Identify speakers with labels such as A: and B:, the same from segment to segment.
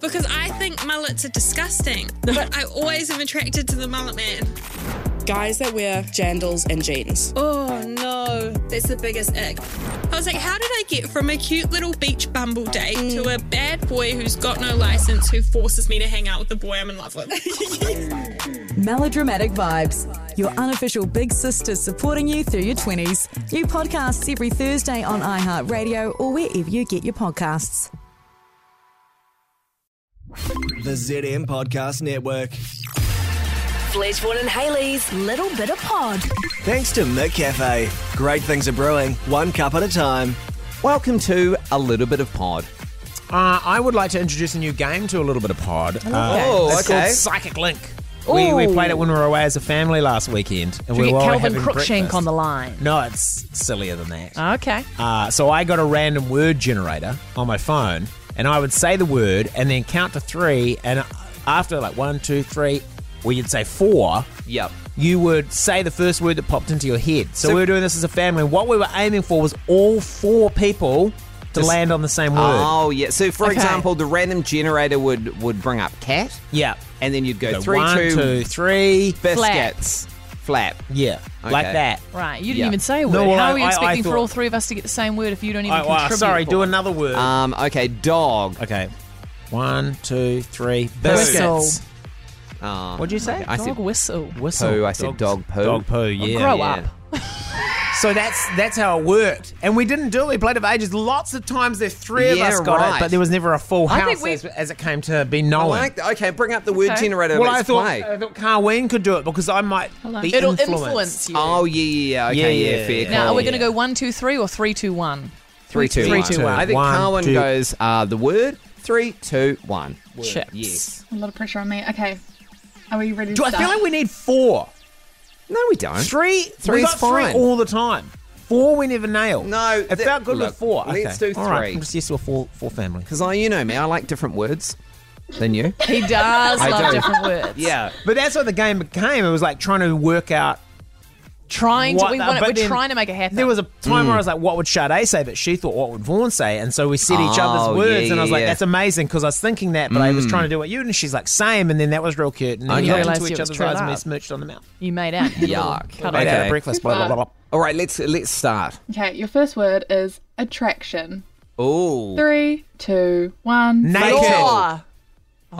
A: because I think mullets are disgusting, but I always am attracted to the mullet man.
B: Guys that wear jandals and jeans.
A: Oh no, that's the biggest ick. I was like, how did I get from a cute little beach bumble date to a bad boy who's got no license who forces me to hang out with the boy I'm in love with?
C: Melodramatic Vibes, your unofficial big sister supporting you through your 20s. New podcasts every Thursday on iHeartRadio or wherever you get your podcasts.
D: The ZM Podcast Network.
E: Fleshborn and Haley's Little Bit of Pod.
D: Thanks to Mick Cafe. Great things are brewing, one cup at a time.
F: Welcome to a little bit of pod.
G: Uh, I would like to introduce a new game to a little bit of pod. Uh,
F: Oh,
G: it's
F: okay.
G: called Psychic Link. We, we played it when we were away as a family last weekend. And
H: We
G: we
H: get
G: were all
H: Calvin
G: having
H: Crookshank
G: breakfast.
H: on the line.
G: No, it's sillier than that.
H: Okay.
G: Uh, so I got a random word generator on my phone, and I would say the word and then count to three. And after like one, two, three, or you'd say four,
F: Yep.
G: you would say the first word that popped into your head. So,
F: So-
G: we were doing this as a family. and What we were aiming for was all four people to
F: Just-
G: land on the same word.
F: Oh, yeah. So, for
H: Okay.
F: example, the random generator would would bring up cat,
G: yeah.
F: and then you'd go
G: So
F: three,
G: one,
F: two,
G: two, three.
F: biscuits, flap.
G: Yeah, like
F: Okay.
G: that.
H: Right. You didn't
F: Yeah.
H: even say a
G: No,
H: word.
G: well,
H: How are
G: I-
H: you
G: I- I
H: expecting for
G: thought-
H: all three of us to get the same word if you don't even
G: Oh,
H: contribute?
G: oh, sorry,
H: for
G: do
H: it?
G: another word.
F: Um, okay, dog.
G: okay. Uh, One, two, three.
H: Whistle.
G: Biscuits.
F: Um,
G: What'd you say?
F: I said
H: Dog whistle.
G: Whistle.
F: Poo, I said dog poo. Oh,
G: Dog poo. Yeah.
H: Grow
F: yeah.
H: up.
G: So that's that's how it worked, and we didn't do it. We played it for ages. Lots of times, there's three of
F: Yeah,
G: us got
F: right.
G: it, but there was never a full
H: I
G: house
H: think we-
G: as, as it came to be
F: I
G: known.
F: like that. Okay, bring up the word
H: Okay.
F: generator.
G: well, I
F: Let's
G: thought
F: play.
G: I thought Carween could do it because I might be
H: It'll
G: influenced.
H: influence you.
F: oh yeah, yeah, yeah. Okay,
G: Yeah,
F: yeah,
G: yeah,
F: fair.
G: yeah.
F: call.
H: now, are we
G: yeah.
H: going to go one, two, three, or three, two, one?
F: Three, two,
G: Three,
F: one.
G: two, one.
F: I think
G: One,
F: Carwin
G: two.
F: goes uh, the word three, two, one.
H: Chips.
F: Yes.
I: A lot of pressure on me. Okay. Are we ready to
G: Do I
I: start?
G: feel like we need four?
F: No, we don't.
G: Three,
F: Three's
G: we got
F: fine.
G: three all the time. Four we never nail.
F: No,
G: it
F: that-
G: felt good
F: look,
G: with four.
F: let's
G: Okay.
F: do
G: All right,
F: three.
G: I'm just used to a four four family.
F: Because I, you know me, I like different words than you.
H: He does
F: I
H: love
F: do.
H: different words.
F: yeah.
G: But that's what the game became. It was like trying to work out.
H: Trying to,
G: What
H: we
G: the-
H: want
G: but
H: it, we're
G: then
H: trying to make it happen.
G: There was a time
F: Mm.
G: where I was like, "What would Sade say?" But she thought, "What would Vaughn say?" And so we said each
F: Oh,
G: other's
F: yeah,
G: words, and I was
F: yeah,
G: like,
F: yeah. Mm.
G: "That's amazing," because I was thinking that, but I was trying to do what you. And she's like, "Same," and then that was real cute. And then we
F: Okay.
G: looked
H: Realised
G: into
H: it
G: each
H: was
G: other's
H: true
G: eyes and we
H: love.
G: smirched on the mouth.
H: you made out.
F: Yuck.
H: Cut
G: Made
H: it
G: out
F: Okay.
G: of breakfast. Blah blah blah. blah.
F: All right, let's let's start.
I: Okay, your first word is attraction.
F: Oh,
I: Three, two, one.
G: Naked.
H: Law.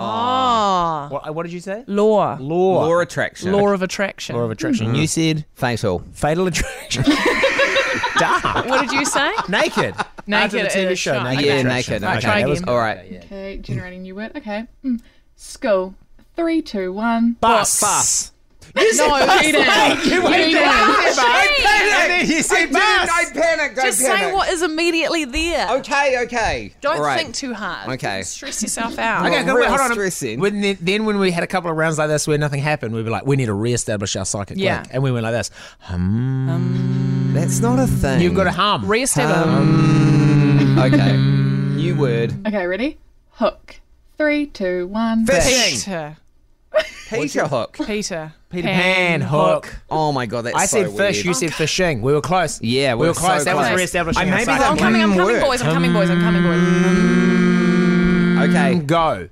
H: Oh.
G: What, what did you say?
H: Law.
G: Law.
F: law attraction.
H: Law of attraction.
G: Law of attraction. You said
F: fatal.
G: fatal attraction. Dark.
H: what did you say?
G: Naked. After the
H: Naked
G: TV
H: is
G: show.
H: shot.
G: Naked
F: Yeah,
G: attraction.
F: naked.
H: Right,
F: okay,
H: try
F: that was-
H: again.
F: all right. Yeah.
I: Okay, generating new word. Okay. Mm. School. Three, two, one.
G: Bus.
F: Bus.
H: You no, he didn't.
G: You went
I: You
G: down
I: didn't.
G: there, mate. And then you said bus.
F: I panicked.
H: Just
F: I
H: say
F: panicked.
H: what is immediately there.
F: Okay, okay.
H: Don't
F: All right.
H: think too hard.
F: Okay.
H: Stress yourself out.
G: Okay,
F: Well,
G: good.
F: real
G: Wait, hold on.
F: stressing.
G: When the, then when we had a couple of rounds like this where nothing happened, we'd be like, we need to reestablish our psychic
H: Yeah.
G: link. And we went like this. Hum.
F: That's not a thing.
G: You've got to hum.
H: Reestablish.
F: Okay. New word.
I: Okay, ready? Hook. Three, two, one.
F: Fishing.
H: Peter.
F: Peter hook.
H: Peter.
G: Peter Pan, hook.
F: Oh my god, that's
G: I
F: so
G: said fish,
F: weird.
G: you said fishing. We were close.
F: Yeah,
G: we,
F: we
G: were
F: were
G: close.
F: so
G: that was
F: close.
G: reestablishing
F: I
G: our
F: maybe
G: psychic
F: that
H: I'm
G: link.
H: coming, I'm coming,
F: Work.
H: boys. I'm coming, boys. I'm coming,
G: Mm.
H: boys.
F: Okay.
G: Go.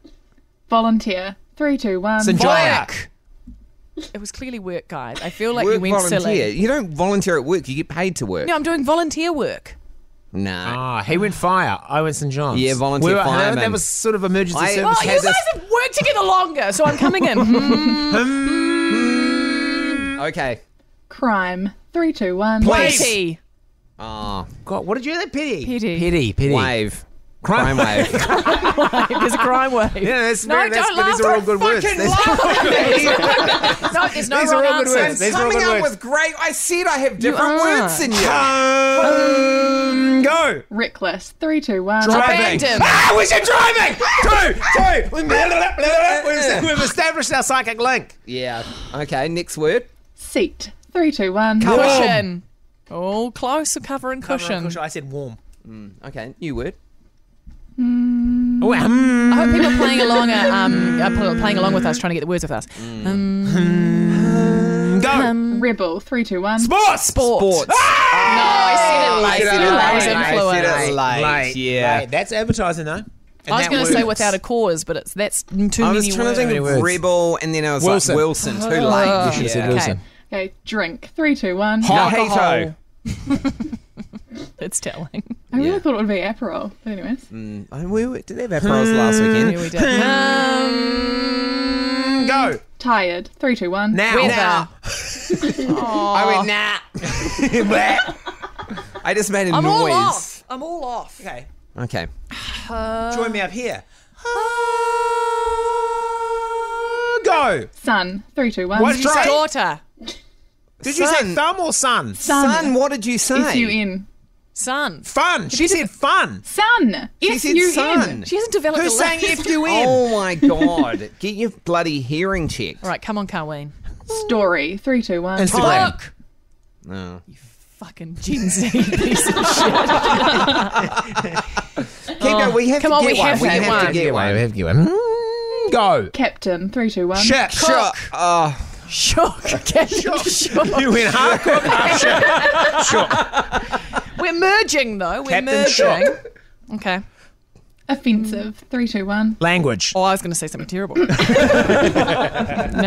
I: Volunteer. Three, two, one.
G: St. John.
H: It was clearly work, guys. I feel like
F: work
H: you went
F: volunteer.
H: silly.
F: You don't volunteer at work. You get paid to work.
H: No, I'm doing volunteer work.
F: Nah.
G: Ah, he went fire. I went St. John's.
F: Yeah, volunteer
G: we were,
F: fireman.
G: That was sort of emergency
F: I-
G: service.
H: Oh,
F: Had
H: you guys
F: this-
H: have worked together longer, so I'm coming in. Hmm.
F: Okay.
I: Crime. Three, two, one.
F: Place.
H: Petty.
F: Ah.
G: God, what did you say? Pity.
H: Pity.
G: Pity. Pity.
F: wave. Crime wave.
H: There's a crime wave.
G: Yeah, that's
H: No,
G: very, that's,
H: don't
G: but
H: laugh.
G: these are all good words.
F: Fucking
G: These-
H: No, there's no
G: These are
H: wrong
G: all good
H: answer.
G: words. These are all
F: Coming
G: good
F: up
G: words.
F: with great. I said I have different
H: are.
F: words in you.
G: Um, go.
I: Reckless. Three, two, one.
H: Abandon.
G: Ah, we should driving. two, two. We've, we've established our psychic link.
F: Yeah. Okay. Next word.
I: Seat. Three, two, one.
H: Cushion. Oh, close. Cover and cushion.
G: I said warm.
F: Okay. New word.
G: Oh, um,
H: I hope people are playing along. Are, um, are pl- playing along with us, trying to get the words with us.
G: Mm, go.
I: Rebel. Three, two, one.
G: sports.
H: Um, Sports.
F: Ah!
H: No, I said it late.
F: I said it
H: I was
F: late. I said it
H: influenced.
F: late.
G: Late,
F: Yeah.
G: late. That's advertising, though.
H: I was
F: that
H: going to say
F: works.
H: without a cause, but it's that's too many
F: I was trying
H: words.
F: to think
G: Many
F: of
G: words.
F: rebel, and then I was
G: Wilson.
F: like Wilson. Too late.
G: You should have said Wilson.
I: Okay, drink. Three, two, one.
G: Mojito.
H: It's telling.
I: I really thought it would be Aperol. But anyways.
G: Mm.
F: And we were- did they have Aperols last weekend?
H: Yeah, we did.
G: Go.
I: Tired. Three, two, one.
G: Now.
H: Weather.
G: Now.
F: I went nah. I just made a
H: I'm all
F: noise.
H: off. I'm all off.
G: Okay.
F: Okay.
G: Join me up here. Go.
I: Sun. Three, two, one.
G: What did you say?
H: Daughter,
G: Did you say
F: Sun.
G: thumb or sun?
F: Son, what did you say?
I: S-U-N.
H: son.
G: Fun. She said fun.
I: Sun.
F: She said
I: S-U-N.
F: son.
H: She hasn't developed.
G: Who's
H: a
G: saying
H: language.
G: if you in?
F: Oh my god. Get your bloody hearing checked.
H: All right, come on, Carween.
I: Story. Three, two, one.
G: Instagram.
H: Look,
F: No.
H: fucking Gen Z piece of shit.
F: Keep going. We have
H: Come
F: to
H: on,
F: get
H: we
F: one.
H: have to
F: we
H: get
F: have
H: one.
F: to get one.
G: have to get one. Mm, Go.
I: Captain. Three, two, one.
G: Shit.
F: Sure. Uh,
H: Shock. Shock.
G: You went hardcore.
H: We're merging though. We're
G: Captain
H: merging.
G: Shock.
H: Okay.
I: Offensive. Three, two, one.
G: Language.
H: Oh, I was going to say something terrible. no,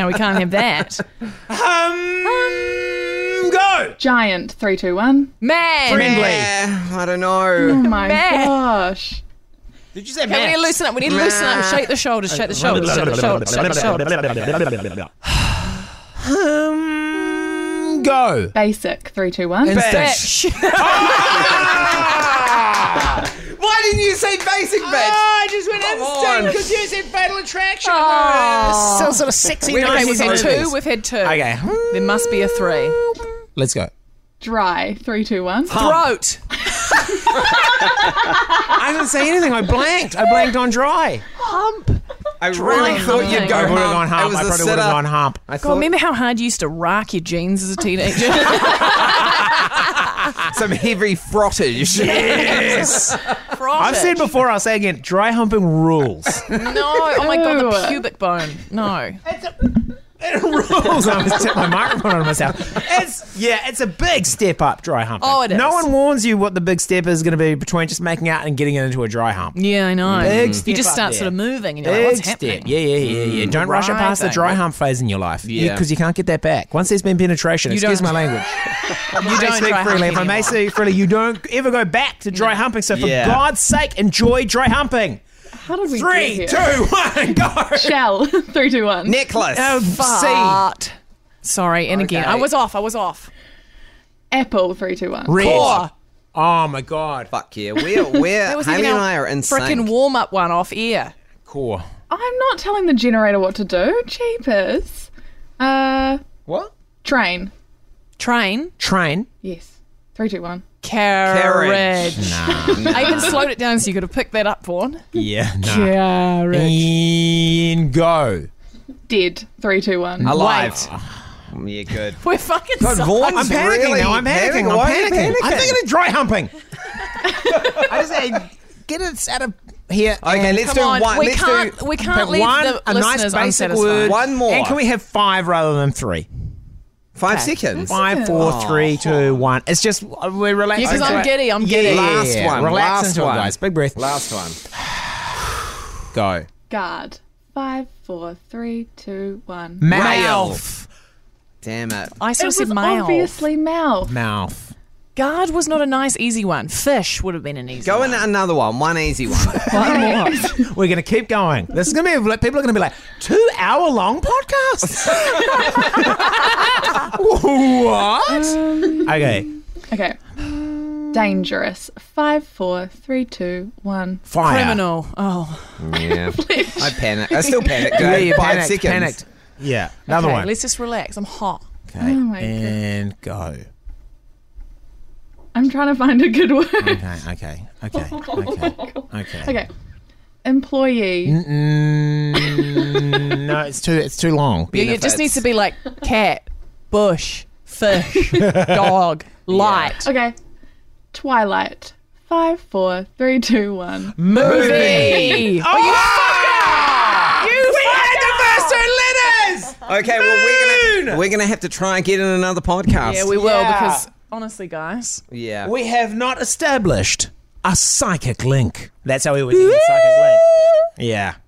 H: we can't have that.
G: Um, go.
I: Giant. Three, two, one.
H: Man.
F: yeah, I don't know.
I: Oh my
H: Meh.
I: gosh.
G: Did you say
H: Okay, we need to loosen up. We need to loosen up. Shake the shoulders. Shake the shoulders. Shake the shoulders. Shake the shoulders.
G: Um, go. Ah!
I: Basic. Three, two, one.
H: Bitch.
F: Why didn't you say basic bitch?
G: Ah, I just went
F: on.
G: instant because you said fatal attraction. Ah.
H: Oh.
G: Still sort of sexy.
F: We're
H: Okay,
G: nice
H: we've had two.
G: movies.
H: We've had two.
G: Okay.
H: There must be a three.
G: Let's go.
I: Dry. Three, two, one.
H: Throat.
G: I didn't say anything. I blanked. I blanked on dry.
F: I really thought
H: humping.
F: you'd go
G: I would have
F: hump.
G: gone
F: It
G: hump.
F: was
G: I probably
F: a
G: would have
F: sit-up.
G: gone hump.
F: I thought
H: God, remember how hard you used to rack your jeans as a teenager?
F: some heavy frottage.
G: Yes. I've said before. I'll say again. Dry humping rules.
H: No. Oh my God, the
I: Ew.
H: pubic bone. No.
G: It rules. I almost tipped my microphone on myself. It's yeah, it's a big step up dry hump.
H: Oh, it
G: No
H: is.
G: one warns you what the big step is going to be between just making out and getting into a dry hump.
H: Yeah, I know.
G: Big
H: you
G: step
H: just
G: up
H: start
G: there.
H: sort of moving and you're
G: Big
H: like, what's
G: step.
H: happening?
G: Yeah, yeah, yeah, yeah. Don't rush it past the
H: Rising.
G: dry hump phase in your life.
F: Yeah.
G: Because you can't get that back. Once there's been penetration,
H: You
G: excuse
H: don't-
G: my language.
H: You
G: I
H: don't
G: speak
H: dry hump
G: freely. If I may
H: anymore.
G: speak freely, you don't ever go back to dry humping. So for
F: Yeah.
G: God's sake, enjoy dry humping.
I: How did we
G: Three,
I: get
G: two,
I: here?
G: one, go.
I: Shell. Three, two, one.
F: Necklace.
G: Oh, see.
H: Fart. Sorry, and again,
F: Okay.
H: I was off. I was off.
I: Apple. Three, two, one.
G: Red.
H: Core.
G: Oh my God.
F: Fuck yeah. We're, we're
H: That was
F: Haley
H: even
F: and
H: our
F: I are in
H: Frickin'
F: sync.
H: warm up one off air.
G: Core.
I: I'm not telling the generator what to do. Jeepers. Uh,
F: What?
I: train.
H: Train.
G: Train.
I: Yes. Three, two, one.
H: Carriage. I even slowed it down so you could have picked that up, Vaughn.
G: Yeah. Nah.
H: Carriage.
G: And go.
I: Dead. Three, two, one.
F: Alive. Yeah, good.
H: We're fucking
F: God,
H: suck-
F: Vaughn's
G: I'm panicking
F: really
G: now. I'm panicking.
F: panicking. Why are
G: I'm
F: you
G: panicking. I'm
F: panicking?
G: thinking of dry humping. I just say, get it out of here.
F: Okay, let's
H: Come
F: do
H: on,
F: one.
H: we
F: let's
H: can't.
F: do
H: we can't
G: Pick
H: leave
G: one,
H: the
G: a nice
H: listeners
G: basic
H: unsatisfied.
G: word.
F: One more.
G: And can we have five rather than three?
F: five seconds.
G: Five, four, three, two, one. It's just uh, we're relaxing.
H: Yeah, 'cause
G: into
H: I'm
G: it.
H: giddy, I'm
G: Yeah,
H: giddy.
G: yeah, yeah,
F: Last
G: yeah.
F: one,
G: Relax
F: last
G: into it,
F: one.
G: guys. Big breath.
F: Last one.
G: Go.
I: Guard. Five, four, three, two, one.
G: Mouth.
F: Damn it.
H: I
I: it
H: sort of
I: was
H: said mouth.
I: obviously mouth.
G: Mouth.
H: Guard was not a nice, easy one. Fish would have been an easy
F: Go
H: one.
F: in another one. One easy one.
H: One more.
G: We're gonna keep going. This is gonna be like, people are gonna be like two hour long podcast. what? okay,
I: Okay. Dangerous. Five, four, three, two, one.
G: fire.
H: Criminal. Oh.
F: yeah. I panicked. I still panicked.
G: Yeah,
F: eh?
G: you
F: five
G: panicked,
F: seconds.
G: panicked. Yeah, another
H: Okay, Oh
G: one.
H: Let's just relax. I'm hot.
G: Okay,
I: my God.
G: and go.
I: I'm trying to find a good word.
G: Okay, okay, okay,
H: Oh
G: okay, okay.
I: Okay. Employee.
G: Mm, no, it's too. It's too long.
H: Yeah, it just
F: Benefits.
H: needs to be like cat, bush, fish, dog, light.
I: Okay. Twilight. Five, four, three, two, one.
H: Movie.
G: Oh, you fucker! You we had the first two letters.
F: Okay, well, we're gonna, we're gonna have to try and get in another podcast.
H: yeah, we will
G: Yeah.
H: because honestly, guys,
F: Yeah.
G: We have not established a psychic link. That's how we would need a psychic link. Yeah.